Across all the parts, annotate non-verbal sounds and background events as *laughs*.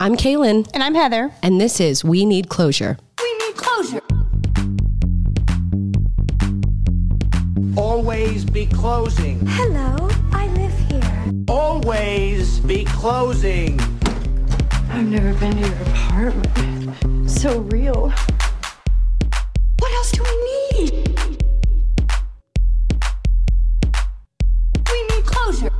I'm Kaylin, And I'm Heather. and this is We Need Closure. We need closure. Always be closing. Hello, I live here. Always be closing. I've never been to your apartment. So real. What else do we need? We need closure.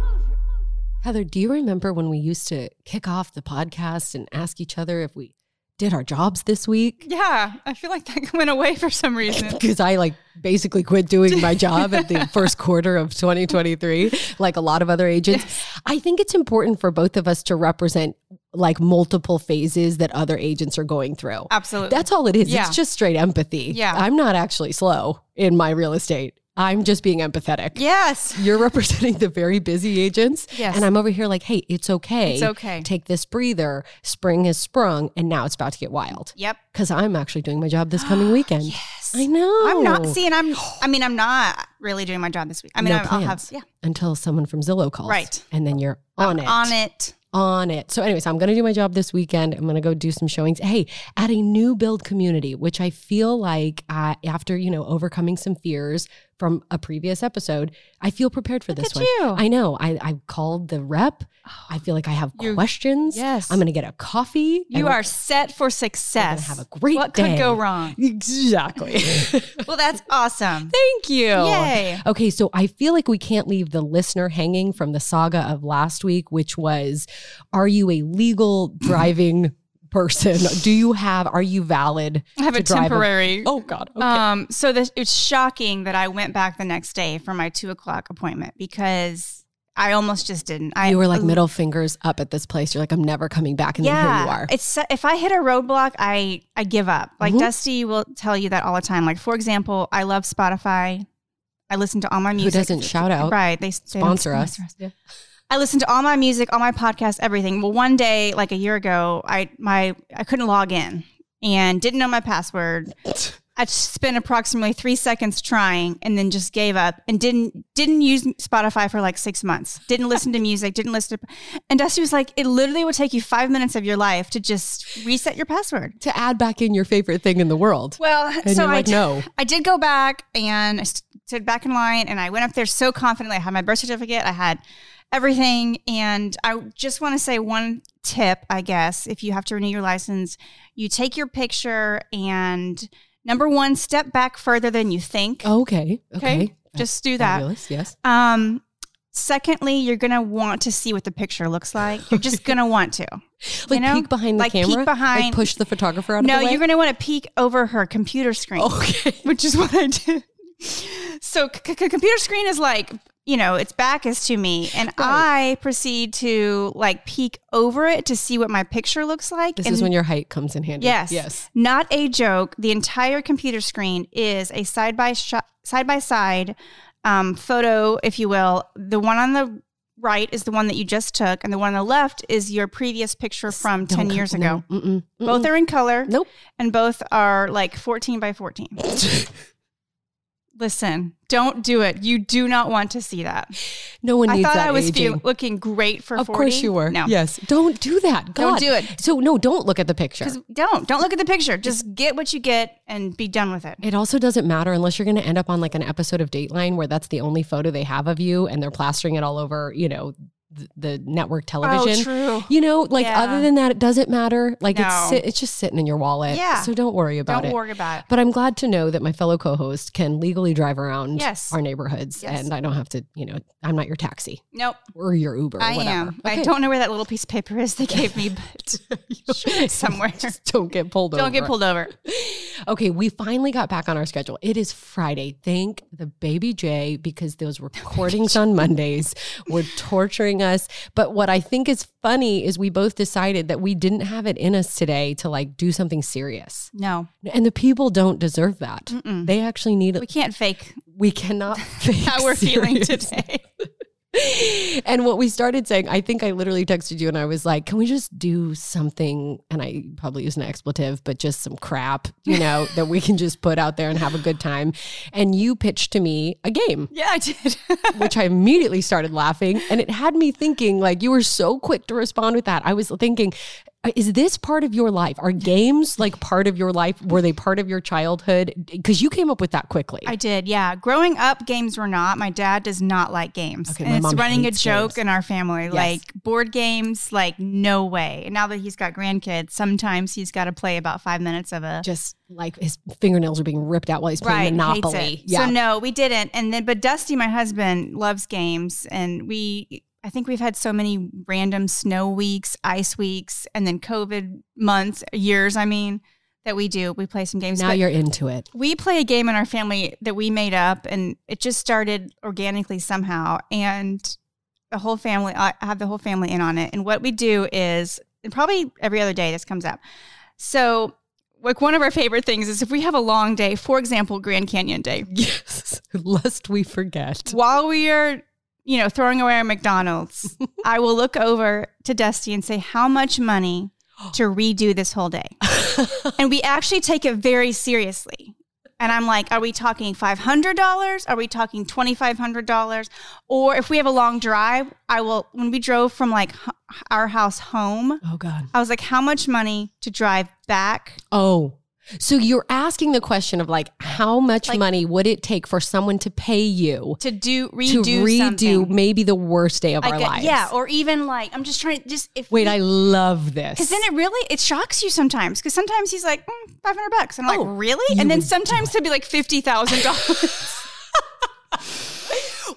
Heather, do you remember when we used to kick off the podcast and ask each other if we did our jobs this week? Yeah, I feel like that *laughs* went away for some reason. Because I like basically quit doing *laughs* my job at the first quarter of 2023, like a lot of other agents. I think it's important for both of us to represent like multiple phases that other agents are going through. Absolutely. That's all it is. Yeah. It's just straight empathy. Yeah. I'm not actually slow in my real estate. I'm just being empathetic. yes. You're representing the very busy agents. Yes. And I'm over here like, hey, it's okay. It's okay. Take this breather. Spring has sprung and now it's about to get wild. Yep. Because I'm actually doing my job this *gasps* coming weekend. yes. I know. I'm not seeing. I'm. I mean, I'm not really doing my job this week. I mean, No I'm, I'll have. plans. Yeah. Until someone from Zillow calls. Right. And then you're on it. On it. on it. So, anyways, I'm going to do my job this weekend. I'm going to go do some showings. Hey, at a new build community, which I feel like uh, after you know overcoming some fears from a previous episode, I feel prepared for this at one. you. I know. I I called the rep. I feel like I have You- questions. yes. I'm going to get a coffee. You and are set for gonna success. have a great What day. could go wrong? *laughs* exactly. *laughs* Well, that's awesome. Thank you. Yay. Okay, so I feel like we can't leave the listener hanging from the saga of last week, which was are you a *laughs* legal driving person? Do you have, are you valid? I have to a drive temporary. oh, God. Okay. Um. So this, it's shocking that I went back the next day for my two o'clock appointment because I almost just didn't. I you were like middle fingers up at this place. You're like, I'm never coming back. And then here you are. It's if I hit a roadblock, I I give up. Like Mhm. Dusty will tell you that all the time. Like for example, I love Spotify. I listen to all my music. doesn't? Shout out. Right. They they don't Sponsor us. I listen to all my music, all my podcasts, everything. Well, one day, like a year ago, I my I couldn't log in and didn't know my password. I spent approximately three seconds trying and then just gave up and didn't didn't use Spotify for like six months. Didn't listen to music. Didn't listen to. And Dusty was like, "It literally would take you five minutes of your life to just reset your password." To add back in your favorite thing in the world. Well, And so you're I like, d- no. I did go back and I stood back in line and I went up there so confidently. I had my birth certificate, I had everything. And I just want to say one tip, I guess, if you have to renew your license, you take your picture and number one, step back further than you think. Okay. Oh, Okay. Just do that. Fabulous. Yes. Um, secondly, you're going to want to see what the picture looks like. *laughs* You're just going to want to. Like know? peek behind the Like peek camera. Like behind- push the photographer out No, of the way. you're going to want to peek over her computer screen. Okay. *laughs* which is what I did. So c- c- computer screen is like, you know, its back is to me, and I proceed to like peek over it to see what my picture looks like. This and is when your height comes in handy. yes, Yes. not a joke. The entire computer screen is a side by side by side um, photo, if you will. The one on the right is the one that you just took, and the one on the left is your previous picture from Don't ten come- years no. ago. Mm-mm. Mm-mm. Both are in color. Nope. And both are like 14 *laughs* by 14. Listen, don't do it. You do not want to see that. No one I needs thought that I was aging. feel, looking great for Of 40. course you were. No. Yes. Don't do that. God. Don't do it. So no, don't look at the picture. Don't. Don't look at the picture. Just get what you get and be done with it. It also doesn't matter unless you're going to end up on like an episode of Dateline where that's the only photo they have of you and they're plastering it all over, you know, the, the network television. Oh, true. You know, like Yeah. other than that, it doesn't matter. Like No. it's sit, it's just sitting in your wallet. Yeah. So don't worry about Don't it. worry about it. But I'm glad to know that my fellow co-host can legally drive around Yes. our neighborhoods, Yes. and I don't have to. You know, I'm not your taxi Nope. or your Uber. I whatever. am. I Okay. don't know where that little piece of paper is they *laughs* gave me, but it should be *laughs* somewhere. Just don't get pulled over. Don't get pulled over. Okay, we finally got back on our schedule. It is Friday. Thank the baby J because *laughs* those recordings on Mondays were torturing us. But what I think is funny is we both decided that we didn't have it in us today to like do something serious. No. And the people don't deserve that. Mm-mm. They actually need We can't fake we *laughs* cannot fake how we're *laughs* feeling serious. today. *laughs* and what we started saying, I think I literally texted you and I was like, can we just do something? And I probably used an expletive, but just some crap, *laughs* you know, that we can just put out there and have a good time. And you pitched to me a game, Yeah, I did. *laughs* which I immediately started laughing. And it had me thinking, like, you were so quick to respond with that. I was thinking, is this part of your life? Are games like part of your life? Were they part of your childhood? Because you came up with that quickly. I did, yeah. Growing up, games were not. My dad does not like games. Okay, my and it's mom running a hates joke games. in our family. Like board games, like no way. And now that he's got grandkids, sometimes he's got to play about five minutes of a just like his fingernails are being ripped out while he's playing hates Monopoly. it. So no, we didn't. And then, but Dusty, my husband, loves games, and we. I think we've had so many random snow weeks, ice weeks, and then COVID months, years. I mean, that we do. We play some games. now But you're into it. we play a game in our family that we made up, and it just started organically somehow. And the whole family, I have the whole family in on it. And what we do is, and probably every other day this comes up. So, like one of our favorite things is if we have a long day, for example, Grand Canyon Day, Yes. *laughs* Lest we forget. while we are, you know, throwing away *laughs* our McDonald's, I will look over to Dusty and say, How much money to redo this *laughs* whole day? and we actually take it very seriously. And I'm like, Are we talking $500? Are we talking $2,500? Or if we have a long drive, I will, when we drove from like h- our house home, Oh God. I was like, How much money to drive back? Oh. So you're asking the question of like how much Like- money would it take for someone to pay you To do to redo, redo something. maybe the worst day of like our a- lives? yeah, or even like I'm just trying to just if Wait, we- I love this. Because then it really it shocks you sometimes. Because sometimes he's like mm, five hundred bucks, and I'm Oh, like, really? you And then would do sometimes it'll be like fifty thousand dollars. *laughs*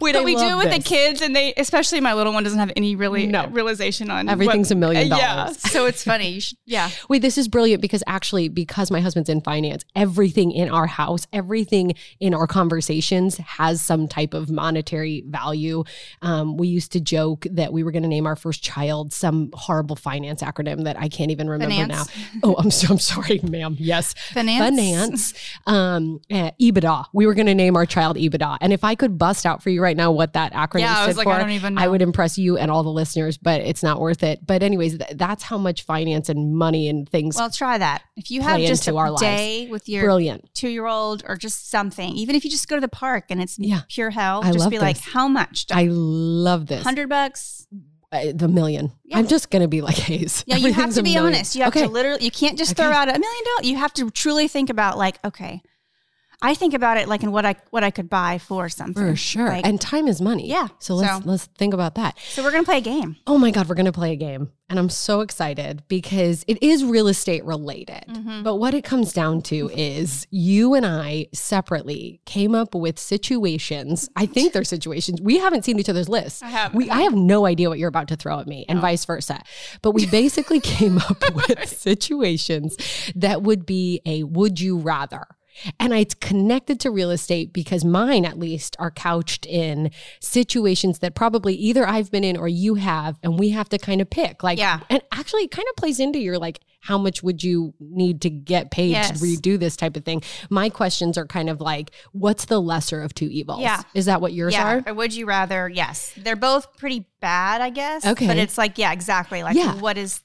Wait, I But we do it love with the this. kids, and they, especially my little one, doesn't have any really No. realization on what- Everything's a million Yeah, dollars. *laughs* so it's funny. You should, *laughs* yeah, Wait, this is brilliant because actually, because my husband's in finance, everything in our house, everything in our conversations has some type of monetary value. Um, we used to joke that we were going to name our first child some horrible finance acronym that I can't even remember Finance. *laughs* now. Oh, I'm so, I'm sorry, ma'am. Yes, Finance. finance, um, eh, EBITDA. We were going to name our child EBITDA, and if I could bust out for you right now what that acronym Yeah, I stood was like, for, I don't even I know. would impress you and all the listeners, but it's not worth it. But anyways, th- that's how much finance and money and things. Well, try that if you have Play just a into our lives. day with your Brilliant. two year old or just something. Even if you just go to the park and it's Yeah. pure hell, I just love be like, this. how much? I love this. Hundred bucks. Uh, the million. Yeah. I'm just gonna be like Hayes. Yeah, you have Everything's to a be million. honest. You have okay. to literally, you can't just throw Okay. out a million dollars. You have to truly think about like, okay, I think about it like in what I what I could buy for something. for sure. Like, and time is money. Yeah, So let's so- let's think about that. so we're gonna play a game. Oh my God, we're gonna play a game. And I'm so excited because it is real estate related. But what it comes down to is you and I separately came up with situations. I think they're situations. We haven't seen each other's lists. I haven't. We I have no idea what you're about to throw at me, and vice versa. But we basically came up *laughs* with situations that would be a would you rather. And it's connected to real estate because mine, at least, are couched in situations that probably either I've been in or you have, and we have to kind of pick. Like, Yeah. and actually, it kind of plays into your like, how much would you need to get paid Yes. to redo this type of thing? My questions are kind of like, what's the lesser of two evils? Yeah. Is that what yours Yeah. are? Or would you rather? Yes, they're both pretty bad, I guess. Okay. But it's like, yeah, exactly. Like, Yeah. what is?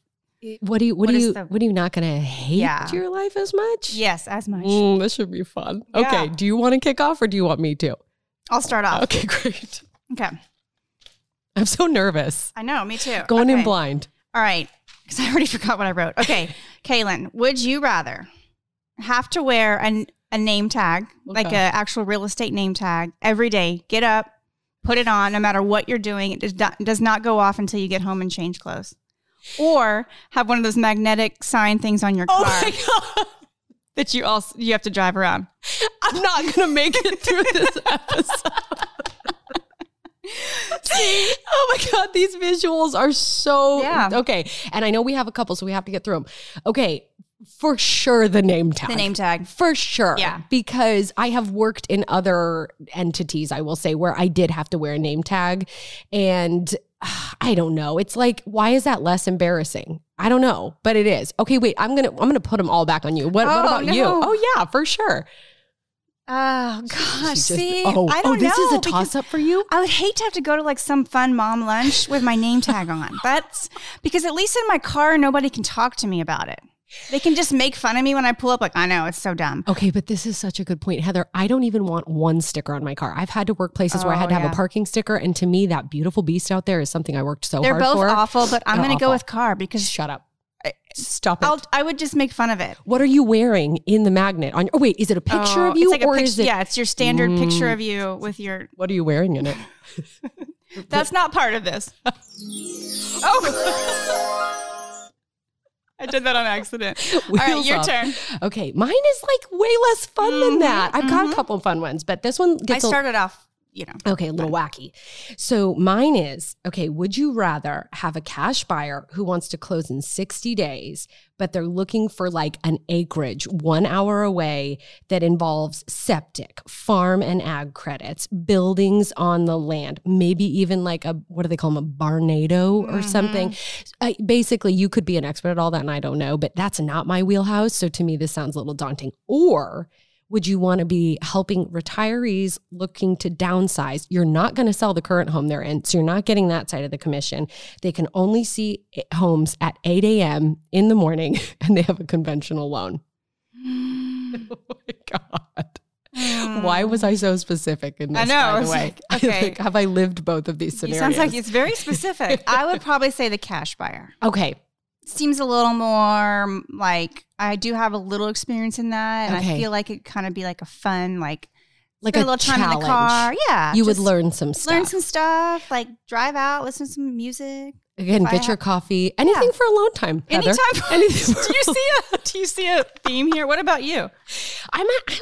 What do you, what, What do is you, the- what are you not going to hate Yeah. your life as much? Yes, as much. Mm, this should be fun. Yeah. Okay. Do you want to kick off or do you want me to? I'll start off. Okay, *laughs* great. Okay. I'm so nervous. I know. Me too. Going in Okay. blind. All right. Because I already *laughs* forgot what I wrote. Okay. Kaylin, would you rather have to wear an, a name tag, like an Okay. actual real estate name tag, every day? Get up, put it on, no matter what you're doing. It does not, does not go off until you get home and change clothes. Or have one of those magnetic sign things on your car Oh god. *laughs* that you also you have to drive around. I'm not gonna make it through *laughs* this episode. oh my god, these visuals are so Yeah. okay. And I know we have a couple, so we have to get through them. Okay, for sure the name tag. The name tag. For sure. Yeah. Because I have worked in other entities, I will say, where I did have to wear a name tag. And *sighs* ah, I don't know. It's like, why is that less embarrassing? I don't know, but it is. Okay, wait, I'm gonna I'm gonna put them all back on you. What, what Oh, about you? no. Oh yeah, for sure. Oh gosh. She just- see, oh, I don't oh, this know. is a because- toss up for you. I would hate to have to go to like some fun mom lunch with my name tag on. That's because at least in my car, nobody can talk to me about it. They can just make fun of me when I pull up. Like, I know it's so dumb. Okay, but this is such a good point, Heather. I don't even want one sticker on my car. I've had to work places where I Oh, had to have yeah. a parking sticker, and to me, that beautiful beast out there is something I worked so They're hard both for. awful, but I'm They're going to go awful. with car because Shut up. Stop it. I'll, I would just make fun of it. what are you wearing in the magnet? On oh wait, is it a picture Oh, of you it's like or a is picture, it? Mm. yeah, it's your standard picture of you with your. What are you wearing *laughs* in it? That's not part *laughs* of this. oh, I did that on accident. All right, Wheels your up. turn. Mm-hmm, Okay, mine is like way less fun than that. I've got a couple fun ones, but this one I gets a- started off, you know. Okay, a little wacky. So mine is okay, would you rather have a cash buyer who wants to close in 60 days, but they're looking for like an acreage one hour away that involves septic, farm and ag credits, buildings on the land, maybe even like a, what do they call them, a barnado or something? I, basically, you could be an expert at all that, and I don't know, but that's not my wheelhouse. So to me, this sounds a little daunting. Or, would you want to be helping retirees looking to downsize? You're not going to sell the current home they're in, so you're not getting that side of the commission. They can only see i- homes at 8 a.m. in the morning, *laughs* and they have a conventional loan. Mm. *laughs* oh my god! Why was I so specific in this? I know, I By the was way, like, I *laughs* *laughs* okay. think, have I lived both of these It scenarios? sounds like it's very specific. I would probably say the cash buyer. okay. Seems a little more mm, like I do have a little experience in that, and Okay. I feel like it kind of be like a fun, like Like spend a little time in challenge. the car. Yeah, You would just learn some stuff. learn some stuff, like drive out, listen to some music. Again, I get ha- your coffee. Anything for a long time. Heather. *laughs* Anytime. Anything for do you see a Do you see a theme here? What about you? I'm, a- I'm like,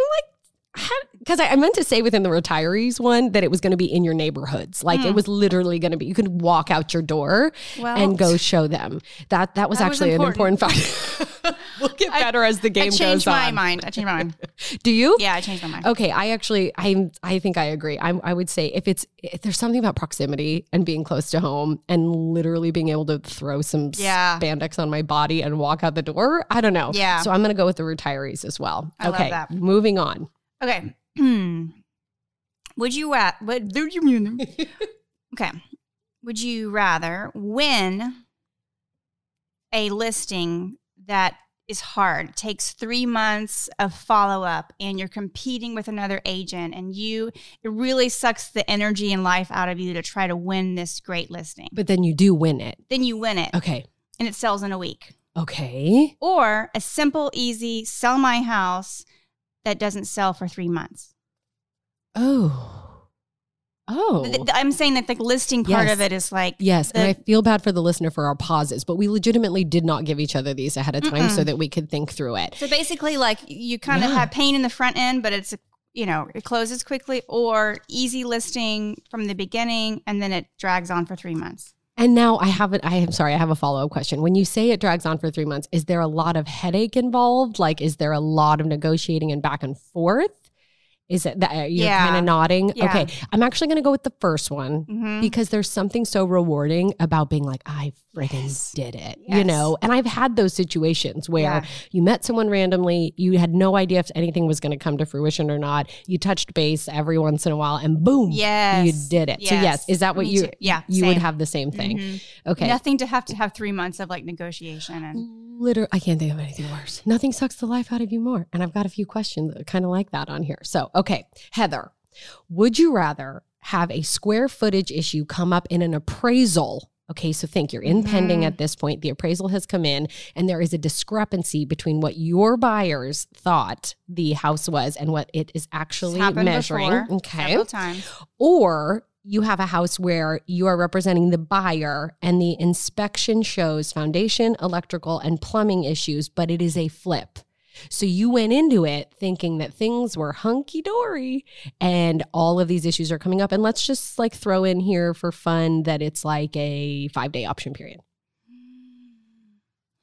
because I, I meant to say within the retirees one that it was going to be in your neighborhoods. Like Hmm. it was literally going to be, you could walk out your door Well- and go show them. That that was That was actually important. an important fact. *laughs* we'll get I- better as the game I goes changed on. my mind. I changed *laughs* my mind. Do you? Yeah, I changed my mind. Okay, I actually, I, I think I agree. I, I would say if it's if there's something about proximity and being close to home and literally being able to throw some Yeah. spandex on my body and walk out the door. I don't know. Yeah. So I'm gonna go with the retirees as well. I love okay, that. moving on. Okay. *clears throat* Hmm. Would you ra- would do you mean? Okay. Would you rather win a listing that is hard, takes three months of follow up, and you're competing with another agent, and you it really sucks the energy and life out of you to try to win this great listing. But then you do win it. Then you win it, Okay. and it sells in a week. Okay. Or a simple, easy sell my house that doesn't sell for three months. Oh. Oh. Th- th- I'm saying that the listing part Yes. of it is like Yes, and the- I feel bad for the listener for our pauses, but we legitimately did not give each other these ahead of time so that we could think through it. so basically like you kind of Yeah. have pain in the front end, but it's you know it closes quickly, or easy listing from the beginning and then it drags on for three months. And now I have it. I am sorry. I have a follow up question. When you say it drags on for three months, is there a lot of headache involved? Like, is there a lot of negotiating and back and forth? Is it that uh, you're Yeah. kind of nodding? Yeah. Okay. I'm actually going to go with the first one Mhm. because there's something so rewarding about being like, I friggin' did it, you Yes. know? And I've had those situations where Yeah. you met someone randomly, you had no idea if anything was going to come to fruition or not. You touched base every once in a while and boom, Yes, you did it. So, yes, is that what Me you, too. Yeah, you would same. have the same thing? Mhm. Okay. Nothing to have to have three months of like negotiation and Literally, I can't think of anything worse. Nothing sucks the life out of you more. And I've got a few questions that kind of like that on here. So, okay, Heather, would you rather have a square footage issue come up in an appraisal? Okay, so think you're in Mm-hmm. pending at this point. The appraisal has come in, and there is a discrepancy between what your buyers thought the house was and what it is It's actually happened measuring. before okay several times. or you have a house where you are representing the buyer and the inspection shows foundation, electrical, and plumbing issues, but it is a flip. So you went into it thinking that things were hunky dory and all of these issues are coming up. And let's just like throw in here for fun that it's like a five day option period.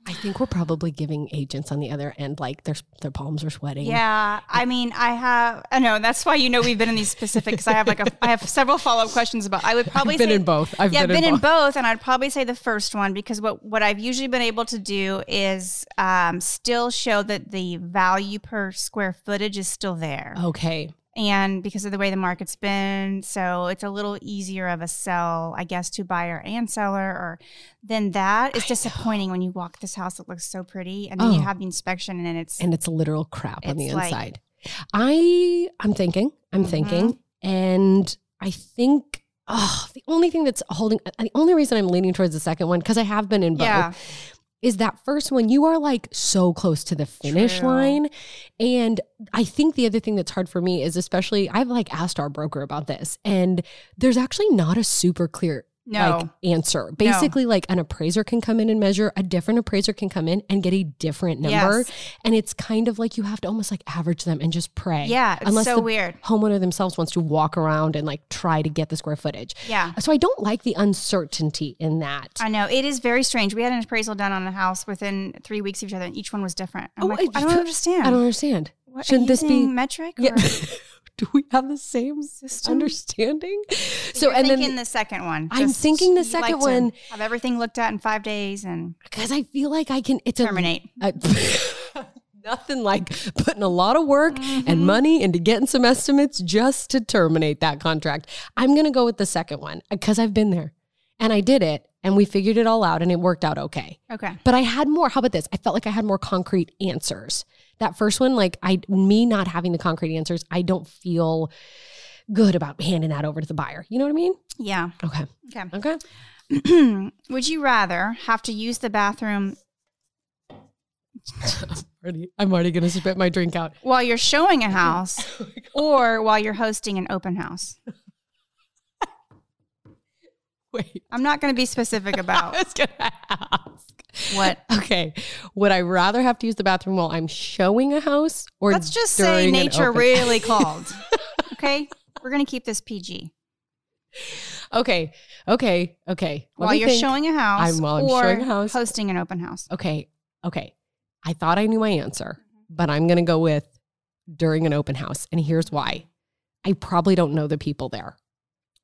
I think we're probably giving agents on the other end like their their palms are sweating. Yeah, I mean, I have. I know that's why you know we've been in these specific because I have like a, I have several follow up questions about. I would *laughs* probably I've been say- in both. I've yeah, been, in both. and I'd probably say the first one because what what I've usually been able to do is um, still show that the value per square footage is still there, Okay. and because of the way the market's been, so it's a little easier of a sell, I guess, to buyer and seller. Or then that is disappointing when you walk this house; it looks so pretty, and then Oh. you have the inspection, and then it's and it's literal crap on the It's like- inside. I I'm thinking, I'm Mhm. thinking, and I think uh, oh, the only thing that's holding the only reason I'm leaning towards the second one because I have been in both yeah, is that first one you are like so close to the finish True. line and i think the other thing that's hard for me is especially i've like asked our broker about this and there's actually not a super clear No. like answer basically like an appraiser can come in and measure a different appraiser can come in and get a different number Yes. and it's kind of like you have to almost like average them and just pray Yeah, it's unless so the weird. homeowner themselves wants to walk around and like try to get the square footage Yeah. so i don't like the uncertainty in that I know it is very strange. We had an appraisal done on a house within three weeks of each other, and each one was different. I'm like, I don't understand. I Oh, don't understand. What, are Shouldn't you this be using metric? Yeah. or- Do we have the same understanding? So You're and thinking then the second one. I'm Just- thinking the you like second to one- Have everything looked at in five days and because I feel like I can it's a- terminate. I- *laughs* nothing like putting a lot of work and money into getting some estimates just to terminate that contract. I'm gonna go with the second one because I've been there and I did it and we figured it all out and it worked out okay. Okay. But I had more. How about this? I felt like I had more concrete answers. That first one, like I, me not having the concrete answers, I don't feel good about handing that over to the buyer. You know what I mean? Yeah. Okay. Okay. *clears throat* Okay. Would you rather have to use the bathroom Already, I'm already gonna spit my drink out. *laughs* while you're showing Oh a house or while you're hosting an open house? Wait. I'm not going to be *laughs* specific about was gonna ask. what. Okay. Would I rather have to use the bathroom while I'm showing a house or Let's just say during an nature open- *laughs* really called. Okay. We're going to keep this PG. Okay. Okay. Okay. Let while me you're think. showing a house I'm- while I'm or showing a house. hosting an open house. okay, okay. I thought I knew my answer, Mm-hmm. but I'm going to go with during an open house. And here's why I probably don't know the people there.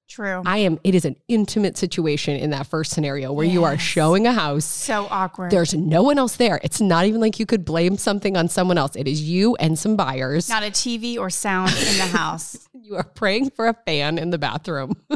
True. I am, it is an intimate situation in that first scenario where you are Yes. showing a house. so awkward. There's no one else there. It's not even like you could blame something on someone else. It is you and some buyers. not a TV or sound *laughs* in the house. you are praying for a fan in the bathroom. *laughs*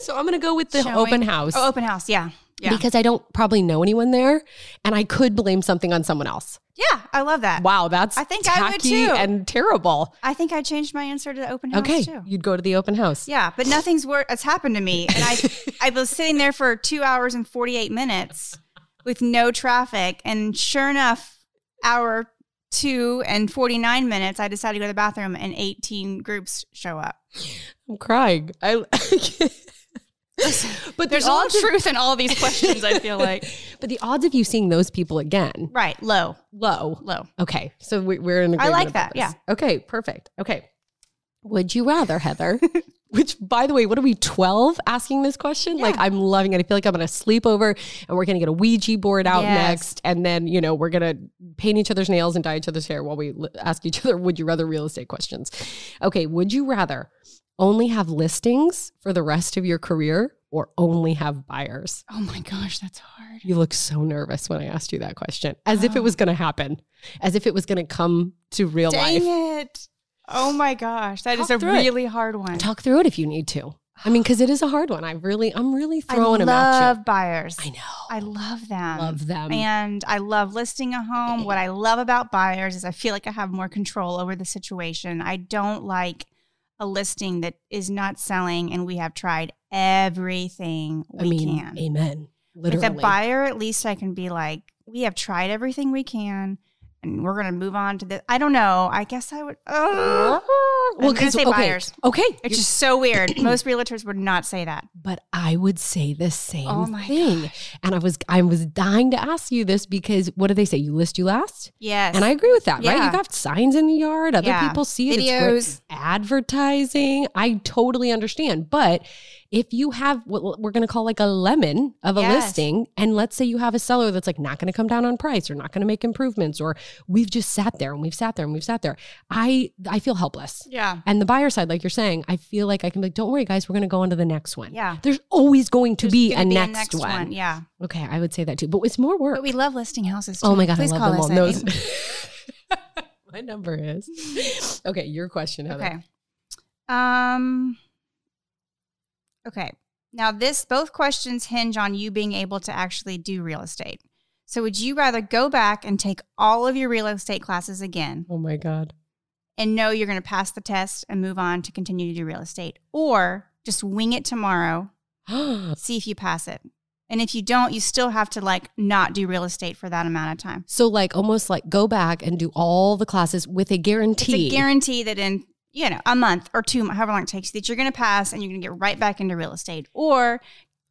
so I'm going to go with the Showing- open house. Oh, open house. Yeah. Yeah. Because I don't probably know anyone there, and I could blame something on someone else. yeah. I love that. Wow, that's I think I would tacky too. and terrible. I think I changed my answer to the open house Okay, too. you'd go to the open house. Yeah, but nothing's worth. It's happened to me, and I I was sitting there for two hours and forty eight minutes with no traffic, and sure enough, hour two and forty nine minutes, I decided to go to the bathroom, and eighteen groups show up. I'm crying. *laughs* I, but There's the all odds of- truth in all these questions. I *laughs* feel like but the odds of you seeing those people again right, low, low. low. Okay, so we, we're in. Agreement like about that, this. yeah. Okay. Perfect. Okay. Would you rather, *laughs* Heather? Which, by the way, what are we, 12 asking this question? Like, I'm loving it. I feel like I'm going to sleep over and we're going to get a Ouija board out Yes. next. And then, you know, we're going to paint each other's nails and dye each other's hair while we l- ask each other, would you rather real estate questions? Okay. Would you rather only have listings for the rest of your career or only have buyers? Oh my gosh, that's hard. You look so nervous when I asked you that question, as if it Ah. was going to happen, as if it was going to come to real life. Dang it! Oh my gosh, that is Talk a through it. really hard one. Talk through it if you need to. I *sighs* mean, because it is a hard one. I really, I'm really I throwing them at love you. buyers. I know. I love them. Love them. And I love listing a home. What I love about buyers is I feel like I have more control over the situation. I don't like a listing that is not selling and we have tried everything we I mean, can. amen. With Literally. a buyer, at least I can be like, we have tried everything we can and we're going to move on to the. I don't know. I guess I would. Uh, well, *gasps* I'm going to 'cause- say okay, buyers. Okay. It's just so weird. *clears throat* Most realtors would not say that. but I would say the same Oh my thing. And I was, I was dying to ask you this because what do they say? You list, you last. Yes. And I agree with that, right? Yeah. You got signs in the yard. Other Yeah. people see it. It's great. Videos. Advertising. I totally understand. But if you have what we're going to call like a lemon of a Yes. listing, and let's say you have a seller that's like not going to come down on price or not going to make improvements, or we've just sat there and we've sat there and we've sat there, I I feel helpless. Yeah. And the buyer side, like you're saying, I feel like I can be like, don't worry, guys, we're going to go on to the next one. Yeah. There's always going to be, Gonna a, next one. Yeah. Okay. I would say that too. But it's more work. But we love listing houses. Too. Oh my god, Please I call love us them all. at eight- Those- *laughs* my number is *laughs* okay. Your question, Heather. Okay. Um. Okay. Now this both questions hinge on you being able to actually do real estate. So would you rather go back and take all of your real estate classes again Oh my god. *gasps* and know you're going to pass the test and move on to continue to do real estate or just wing it tomorrow, see if you pass it? And if you don't, you still have to like not do real estate for that amount of time. So like almost like go back and do all the classes with a It's guarantee. a guarantee that in you know a month or two, however long it takes, that you're going to pass and you're going to get right back into real estate, or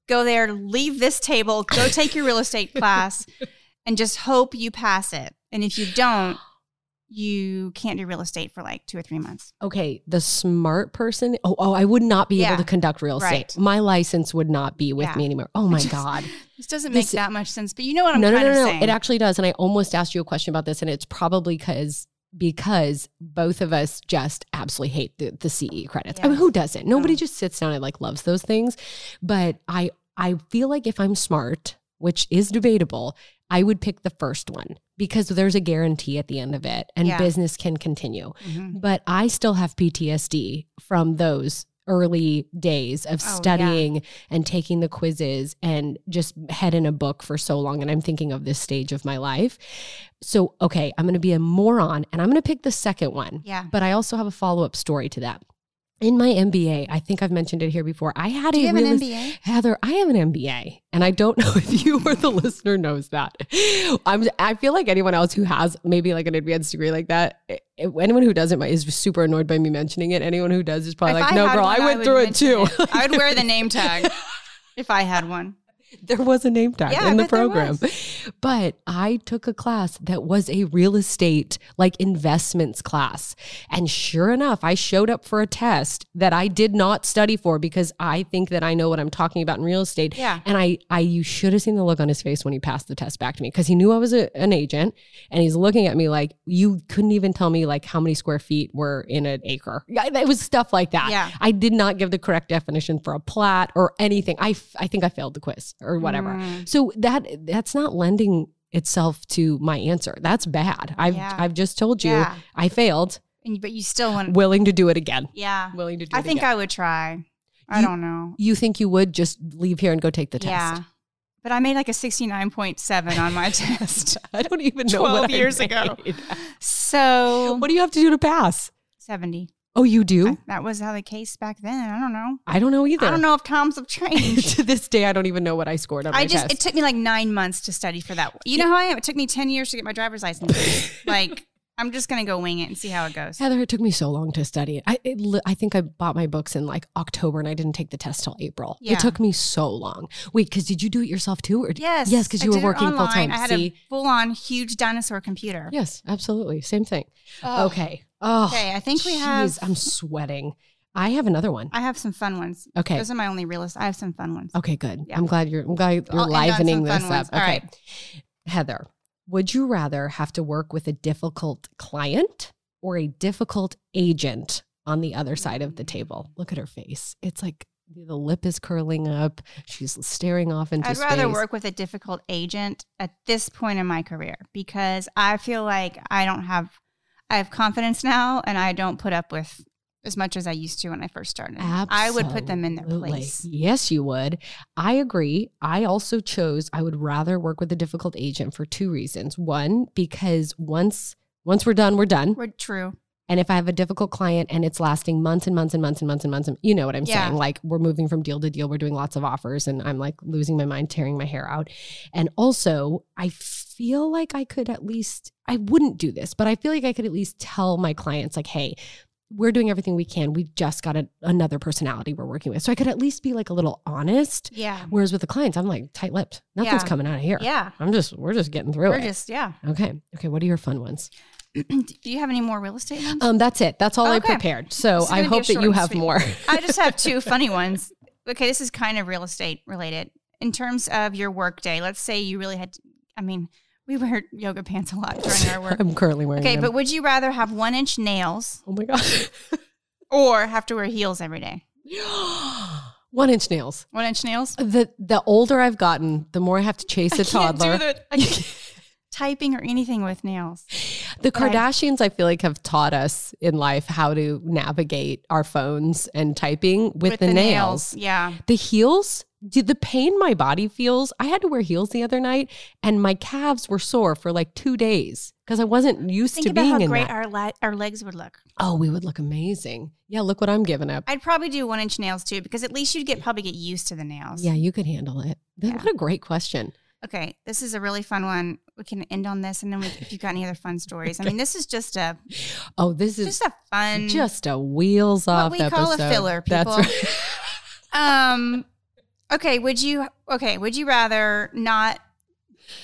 go there, leave this *laughs* table, go take your real estate class, and just hope you pass it. And if you don't, you can't do real estate for like two or three months. okay, the smart person. Oh, oh, I would not be Yeah. able to conduct real estate. Right. My license would not be with Yeah. me anymore. Oh *laughs* my god. This doesn't make This- that much sense, but you know what I'm no, no, trying no, to no. say. It actually does. And I almost asked you a question about this, and it's probably because because both of us just absolutely hate the, the CE credits. I mean, Yes. Oh. who doesn't? Nobody No. just sits down and like loves those things. But I I feel like if I'm smart, which is debatable, I would pick the first one because there's a guarantee at the end of it and Yeah. business can continue. Mhm. But I still have PTSD from those early days of Oh, yeah. studying and taking the quizzes and just head in a book for so long. And I'm thinking of this stage of my life. So, okay, I'm going to be a moron and I'm going to pick the second one. Yeah. But I also have a follow up story to that. In my MBA, I think I've mentioned it here before. I had Do a you have an real- MBA? Heather, I have an MBA, and I don't *laughs* know if you or the listener knows that. I'm, I feel like anyone else who has maybe like an advanced degree like that, eh, anyone who doesn't is super annoyed by me mentioning it. Anyone who does is probably If like, I "No, had girl, one, I went would through it mention too." *laughs* I *laughs* would wear the name tag if I had one. there was a name tag Yeah, I in the bet there program. *laughs* But I took a class that was a real estate, like investments class. And sure enough, I showed up for a test that I did not study for because I think that I know what I'm talking about in real estate. Yeah. And I, I you should have seen the look on his face when he passed the test back to me because he knew I was a, an agent and he's looking at me like, you couldn't even tell me like how many square feet were in an acre. Yeah, It was stuff like that. Yeah. I did not give the correct definition for a plat or anything. I, f- I think I failed the quiz or whatever. Mm. So that that's not lending itself to my answer. That's bad. I've Yeah. I've just told you Yeah. I failed. And, but you still want Willing to do it again. Yeah. Willing to do I it think again. I would try. I You- don't know. you think you would just leave here and go take the test. Yeah. But I made like a 69.7 *laughs* on my test. I don't even know 12 what I years ago. made. So *laughs* What do you have to do to pass? 70. Oh, you do? I- that was how the case back then. I don't know. I, don't know either. I don't know if times have changed. *laughs* to this day I don't even know what I scored on my I just test. it took me like 9 months to study for that. one. You know how I am? It took me 10 years to get my driver's *laughs* license. like I'm just going to go wing it and see how it goes. Heather, it took me so long to study it. I, it, li- I think I bought my books in like October and I didn't take the test till April. Yeah. It took me so long. Wait, because did you do it yourself too? Or d- Yes. Yes, because I you were did it working full online. time. I had See? a *laughs* full on huge dinosaur computer. Yes, absolutely. Same thing. Oh. Okay. Oh, Okay, I think we have- I'm sweating. I have another one. I have some fun ones. Okay. Those are my only realist. I have some fun ones. Okay, good. Yeah. I'm glad you're. I'm glad you're I'll end on some livening fun this ones. up. All okay, right. Heather, would you rather have to work with a difficult client or a difficult agent on the other side of the Mm. table? Look at her face. It's like the lip is curling up. She's staring off into I'd space. rather work with a difficult agent at this point in my career because I feel like I don't have I have confidence now and I don't put up with as much as I used to when I first started. I would put them in their Absolutely. place. Yes, you would. I agree. I also chose I would rather work with a difficult agent for two reasons. One, because once once we're done, we're done. We're true. And if I have a difficult client and it's lasting months and months and months and months and months, and, you know what I'm Yeah. saying? Like we're moving from deal to deal, we're doing lots of offers, and I'm like losing my mind, tearing my hair out. And also, I feel like I could at least, I wouldn't do this, but I feel like I could at least tell my clients, like, hey, we're doing everything we can. We just got a, another personality we're working with. So I could at least be like a little honest. Yeah. Whereas with the clients, I'm like tight lipped. Nothing's Yeah. coming out of here. Yeah. I'm just, we're just getting through We're it. just yeah. okay. Okay. What are your fun ones? Do you have any more real estate ones? Um, that's it. That's all I Okay. prepared. So This is I gonna be a hope that short you and have sweet. more. I *laughs* just have two funny ones. Okay, this is kind of real estate related. In terms of your work day, let's say you really had to, I mean, we wear yoga pants a lot during our *laughs* work. I'm currently wearing. Okay, them. but would you rather have one inch nails oh my god, *gasps* or have to wear heels every day? one inch nails. One inch nails? The the older I've gotten, the more I have to chase a I can't *laughs* do toddler. the- I can't- typing or anything with nails. The Right. Kardashians, I feel like, have taught us in life how to navigate our phones and typing with, the, nails. Yeah. The heels, did the pain my body feels? I had to wear heels the other night, and my calves were sore for like two days because I wasn't used Think to about being how in great that. our le- our legs would look. oh, we would look amazing. Yeah, look what I'm giving up. I'd probably do one inch nails too, because at least you'd get probably get used to the nails. yeah, you could handle it. That- Yeah. What a great question. Okay, this is a really fun one. We can end on this, and then we, if you've got any other fun stories, I mean, this is just a Oh, this is just a fun. just a wheels off we call a episode. filler, people. That's right. um. Okay, would you? Okay, would you rather not?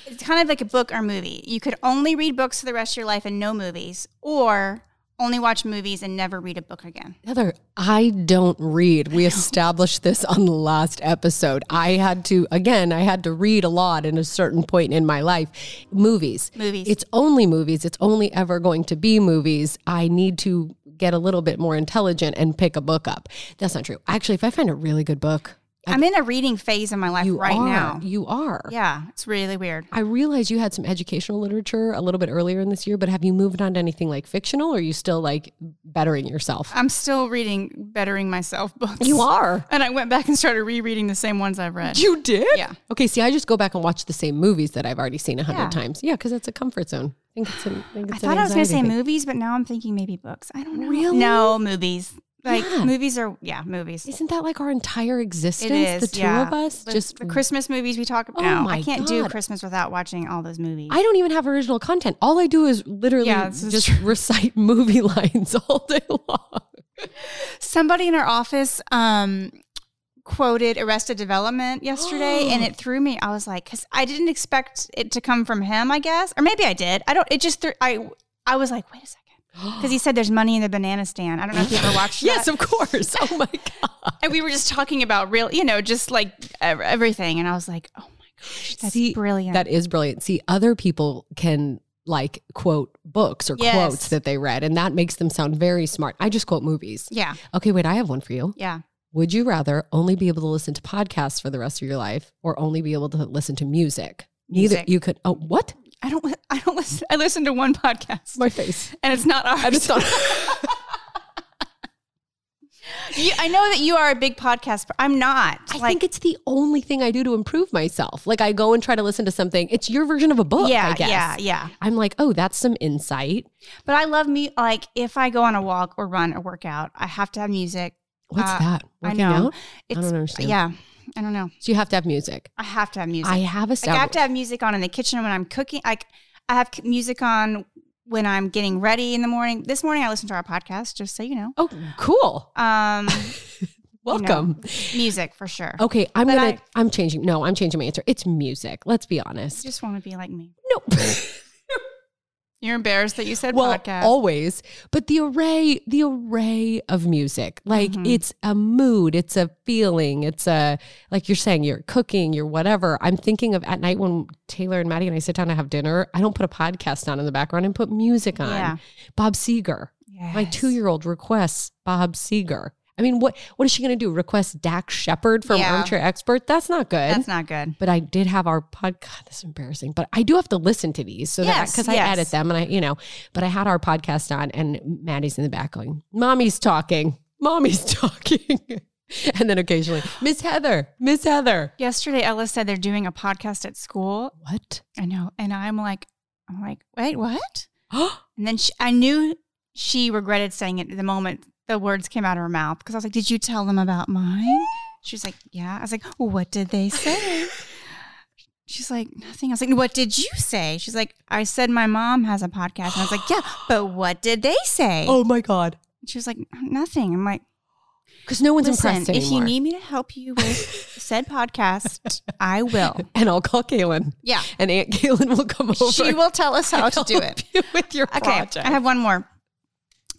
It's kind of like a book or movie. You could only read books for the rest of your life and no movies, or only watch movies and never read a book again. Heather, I don't read. We established this on the last episode. I had to, again, I had to read a lot at a certain point in my life. Movies. Movies. It's only movies. It's only ever going to be movies. I need to get a little bit more intelligent and pick a book up. That's not true. Actually, if I find a really good book, I'm in a reading phase in my life you right are. now. You are. Yeah, it's really weird. I realize you had some educational literature a little bit earlier in this year, but have you moved on to anything like fictional or are you still like bettering yourself? I'm still reading Bettering Myself *laughs* books. you are. And I went back and started rereading the same ones I've read. You did? Yeah. Okay, see, I just go back and watch the same movies that I've already seen a hundred Yeah. times. Yeah, because it's a comfort zone. I think it's, an, I think I it's an thought I was going to anxiety thing. say movies, but now I'm thinking maybe books. I don't know. Really? No, movies. Like Yeah. movies are yeah, movies. Isn't that like our entire existence? It is the two yeah. of us? The- just the Christmas movies we talk about. Oh no, my I can't do God. Christmas without watching all those movies. I don't even have original content. All I do is literally Yeah, this is just true. recite *laughs* movie lines all day long. Somebody in our office um, quoted Arrested Development *gasps* yesterday, and it threw me. I was like, because I didn't expect it to come from him, I guess, or maybe I did. I don't. It just threw. I I was like, wait a second, *gasps* because he said there's money in the banana stand. I don't know if you ever watched. *laughs* yes, that. of course. Oh my god. and we were just talking about real, you know, just like ev- everything, and I was like, oh my gosh, that's See, brilliant. That is brilliant. See, other people can like quote books or Yes. quotes that they read, and that makes them sound very smart. I just quote movies. yeah, Okay, wait, I have one for you. yeah. Would you rather only be able to listen to podcasts for the rest of your life or only be able to listen to music? Neither Music. you could. Oh, what? I don't. li- I don't listen. I listen to one *laughs* podcast, My face. and it's not ours. *laughs* I, It's *laughs* not- you, I know that you are a big podcast. Per- I'm not. I think it's the only thing I do to improve myself. Like I go and try to listen to something. It's your version of a book, yeah, I guess. yeah, yeah. I'm like, oh, that's some insight. But I love me like if I go on a walk or run or workout, I have to have music. What's Uh, that? I Working know. out? It's, don't understand. Yeah, I don't know. So you have to have music. I have to have music. I have a like, I have to have music on in the kitchen when I'm cooking. Like I have c- music on when I'm getting ready in the morning. This morning I listened to our podcast, just so you know. Oh, cool. *laughs* Um, you know, Welcome. music for sure. Okay, I'm But gonna. I- I, am changing. No, I'm changing my answer. It's music. Let's be honest. Just want to be like me. Nope. You're embarrassed that you *laughs* said well, podcast. always. But the array, the array of music, like Mhm. it's a mood, it's a feeling, it's a like you're saying, you're cooking, you're whatever. I'm thinking of at night when Taylor and Maddie and I sit down to have dinner. I don't put a podcast on in the background and put music on. Yeah. Bob Seger, my Yes. two year old requests Bob Seger. I mean, what what is she going to do? Request Dax Shepard from Yeah. Armchair Expert? That's not good That's not good. but I did have our pod. God, this is embarrassing, but I do have to listen to these so that Yes, because I yes. edit them and I, you know, but I had our podcast on and Maddie's in the back going, "Mommy's talking, mommy's *laughs* talking," and then occasionally, Miss Heather, Miss Heather, Yesterday, Ella said they're doing a podcast at school, what? *gasps* I know. And I'm like, I'm like, wait, what? and then she, I knew she regretted saying it the moment the words came out of her mouth because I was like, did you tell them about mine? She's like, yeah. I was like, what did they say? She's like, nothing. I was like, what did you say? She's like, I said my mom has a podcast. And I was like, yeah, but what did they say? Oh my god! She was like, nothing. I'm like, Because no one's listen, impressed if you anymore. need me to help you with said podcast, I will. *laughs* and I'll call Kaylin. Yeah. and Aunt Kaylin will come over. *laughs* She will tell us how and to do *laughs* help it. you with your Okay, project. I have one more.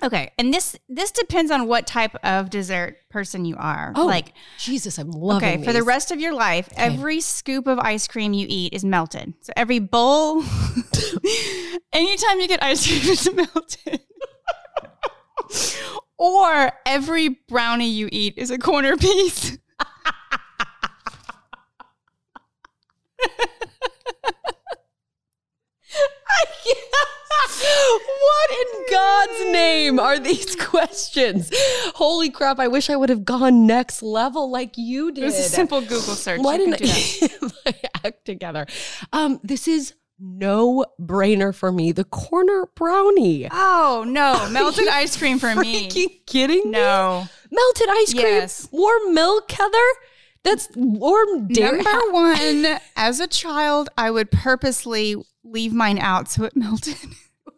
Okay, and this this depends on what type of dessert person you are. oh, like Jesus, I'm loving. okay, for the these. *laughs* rest of your life, every scoop of ice cream you eat is melted. So every bowl, *laughs* anytime you get ice cream, it's melted. *laughs* or every brownie you eat is a corner piece. in God's name are these *laughs* questions? Holy crap, I wish I would have gone next level like you did. It was a simple Google search. Why You didn't could do that. *laughs* I my act together? Um, this is no brainer for me. The corner brownie. Oh *laughs* no, melted you ice cream for me. Freaking kidding me? No. Melted ice cream, Yes. warm milk, Heather. That's warm dairy. *laughs* *laughs* Number one, as a child, I would purposely leave mine out so it *laughs* melted.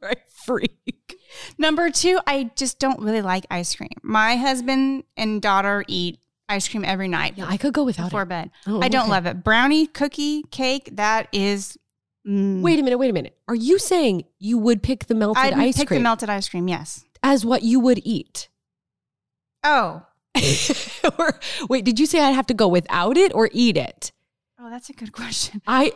Right, freak. Number two, I just don't really like ice cream. My husband and daughter eat ice cream every night Yeah, I could go without before it. bed. Oh, I don't okay. love it. Brownie, cookie, cake, that is. mm. Wait a minute, wait a minute. Are you saying you would pick the melted I'd ice pick cream the melted ice cream, yes. as what you would eat? *laughs* Oh. or wait, did you say I'd have to go without it or eat it? Oh, that's a good *laughs* question. I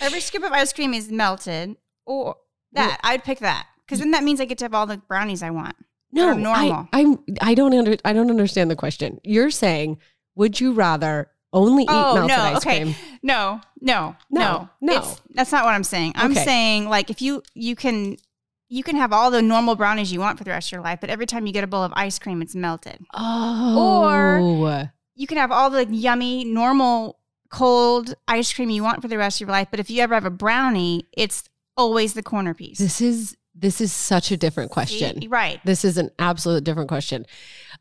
Every scoop of ice cream is melted, or that. I'd pick that. Because then that means I get to have all the brownies I want. no Or normal. I, I'm I don't under I don't understand the question. You're saying would you rather only eat Oh, melted ice cream? No, no, No, no, no. It's- that's not what I'm saying. I'm Okay. saying like if you you can you can have all the normal brownies you want for the rest of your life, but every time you get a bowl of ice cream, it's melted. Oh, or You can have all the yummy normal cold ice cream you want for the rest of your life, but if you ever have a brownie, it's always the corner piece. this is this is such a different See? question. right? This is an absolute different question.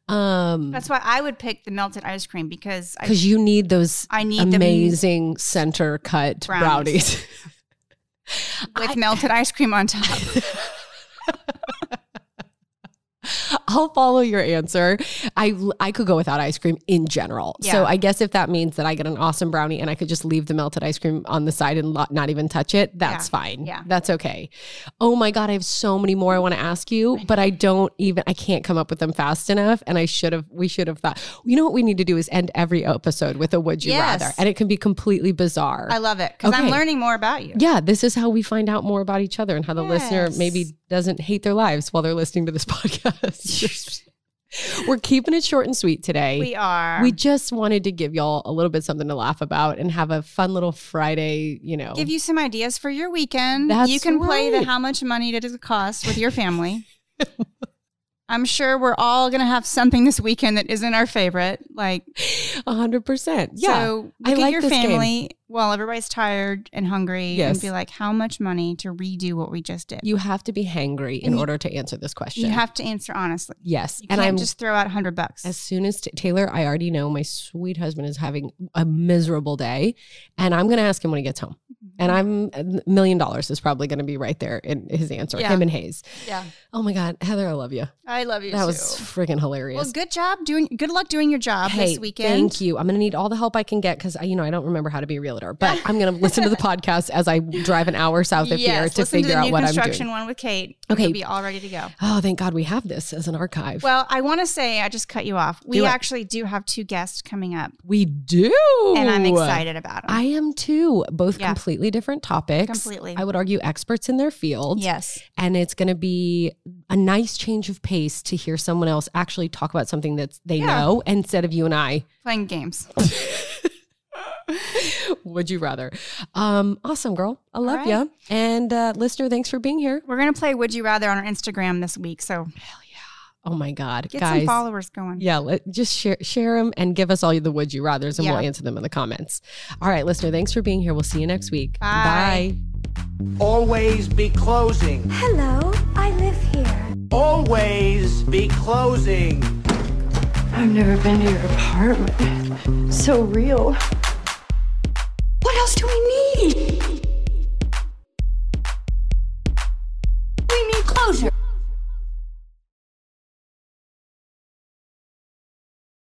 Um That's why I would pick the melted ice cream because I because you need those I need them amazing center cut brownies. *laughs* Brownies. with melted ice cream on top. *laughs* I'll follow your answer. I I could go without ice cream in general. So Yeah. I guess if that means that I get an awesome brownie and I could just leave the melted ice cream on the side and lo- not even touch it, that's Yeah. fine. Yeah. That's okay. Oh my god, I have so many more I want to ask you, but I don't even I can't come up with them fast enough and I should have we should have thought. You know what we need to do is end every episode with a would you Yes. rather and it can be completely bizarre. I love it because I'm Okay. learning more about you. yeah, this is how we find out more about each other and how the listener Yes. maybe doesn't hate their lives while they're listening to this *laughs* *laughs* podcast. We're keeping it short and sweet today. We are. We just wanted to give y'all a little bit something to laugh about and have a fun little Friday, you know. give you some ideas for your weekend. Oh. That's you can play the right. how much money did it cost with *laughs* your family. I'm sure we're all gonna have something this weekend that isn't our favorite. Like, 100%. Yeah. so look I at like your this game. family while everybody's tired and hungry, Yes. and be like, how much money to redo what we just did? you have to be hangry in And you- order to answer this question. You have to answer honestly. yes. You and can't I'm just throw out hundred bucks. As soon as Taylor, I already know my sweet husband is having a miserable day, and I'm going to ask him when he gets home. And I'm a million dollars is probably going to be right there in his answer. Mm-hmm. Yeah. Him and Hayes. yeah, Oh my God, Heather, I love you. I love you. That too. was freaking hilarious. well. Good job doing. Good luck doing your job Hey, this weekend. thank you. I'm going to need all the help I can get because you know I don't remember how to be a realtor, but I'm going to listen *laughs* to the podcast as I drive an hour south of here Yes, to listen figure to the out new what I'm construction doing. one with Kate. Okay. You'll be all ready to go. Oh, thank God we have this as an archive. Well, I want to say I just cut you off. We Do it. actually do have two guests coming up, we do, and I'm excited about them. I am too. Both Yeah. completely different topics. Completely. I would argue experts in their field. yes, And it's going to be a nice change of pace to hear someone else actually talk about something that they Yeah. know instead of you and I. *laughs* playing games. Would you rather? Um, awesome, girl. I love right. ya. you. And uh, listener, thanks for being here. We're gonna play Would You Rather on our Instagram this week, so Oh my God, get guys. some followers going. yeah, let, just share share them and give us all the would you rather's, and we'll Yeah. answer them in the comments. All right, listener, thanks for being here. We'll see you next week. Bye. Bye. Always be closing. Hello, I live here. Always be closing. I've never been to your apartment. So real. What else do we need?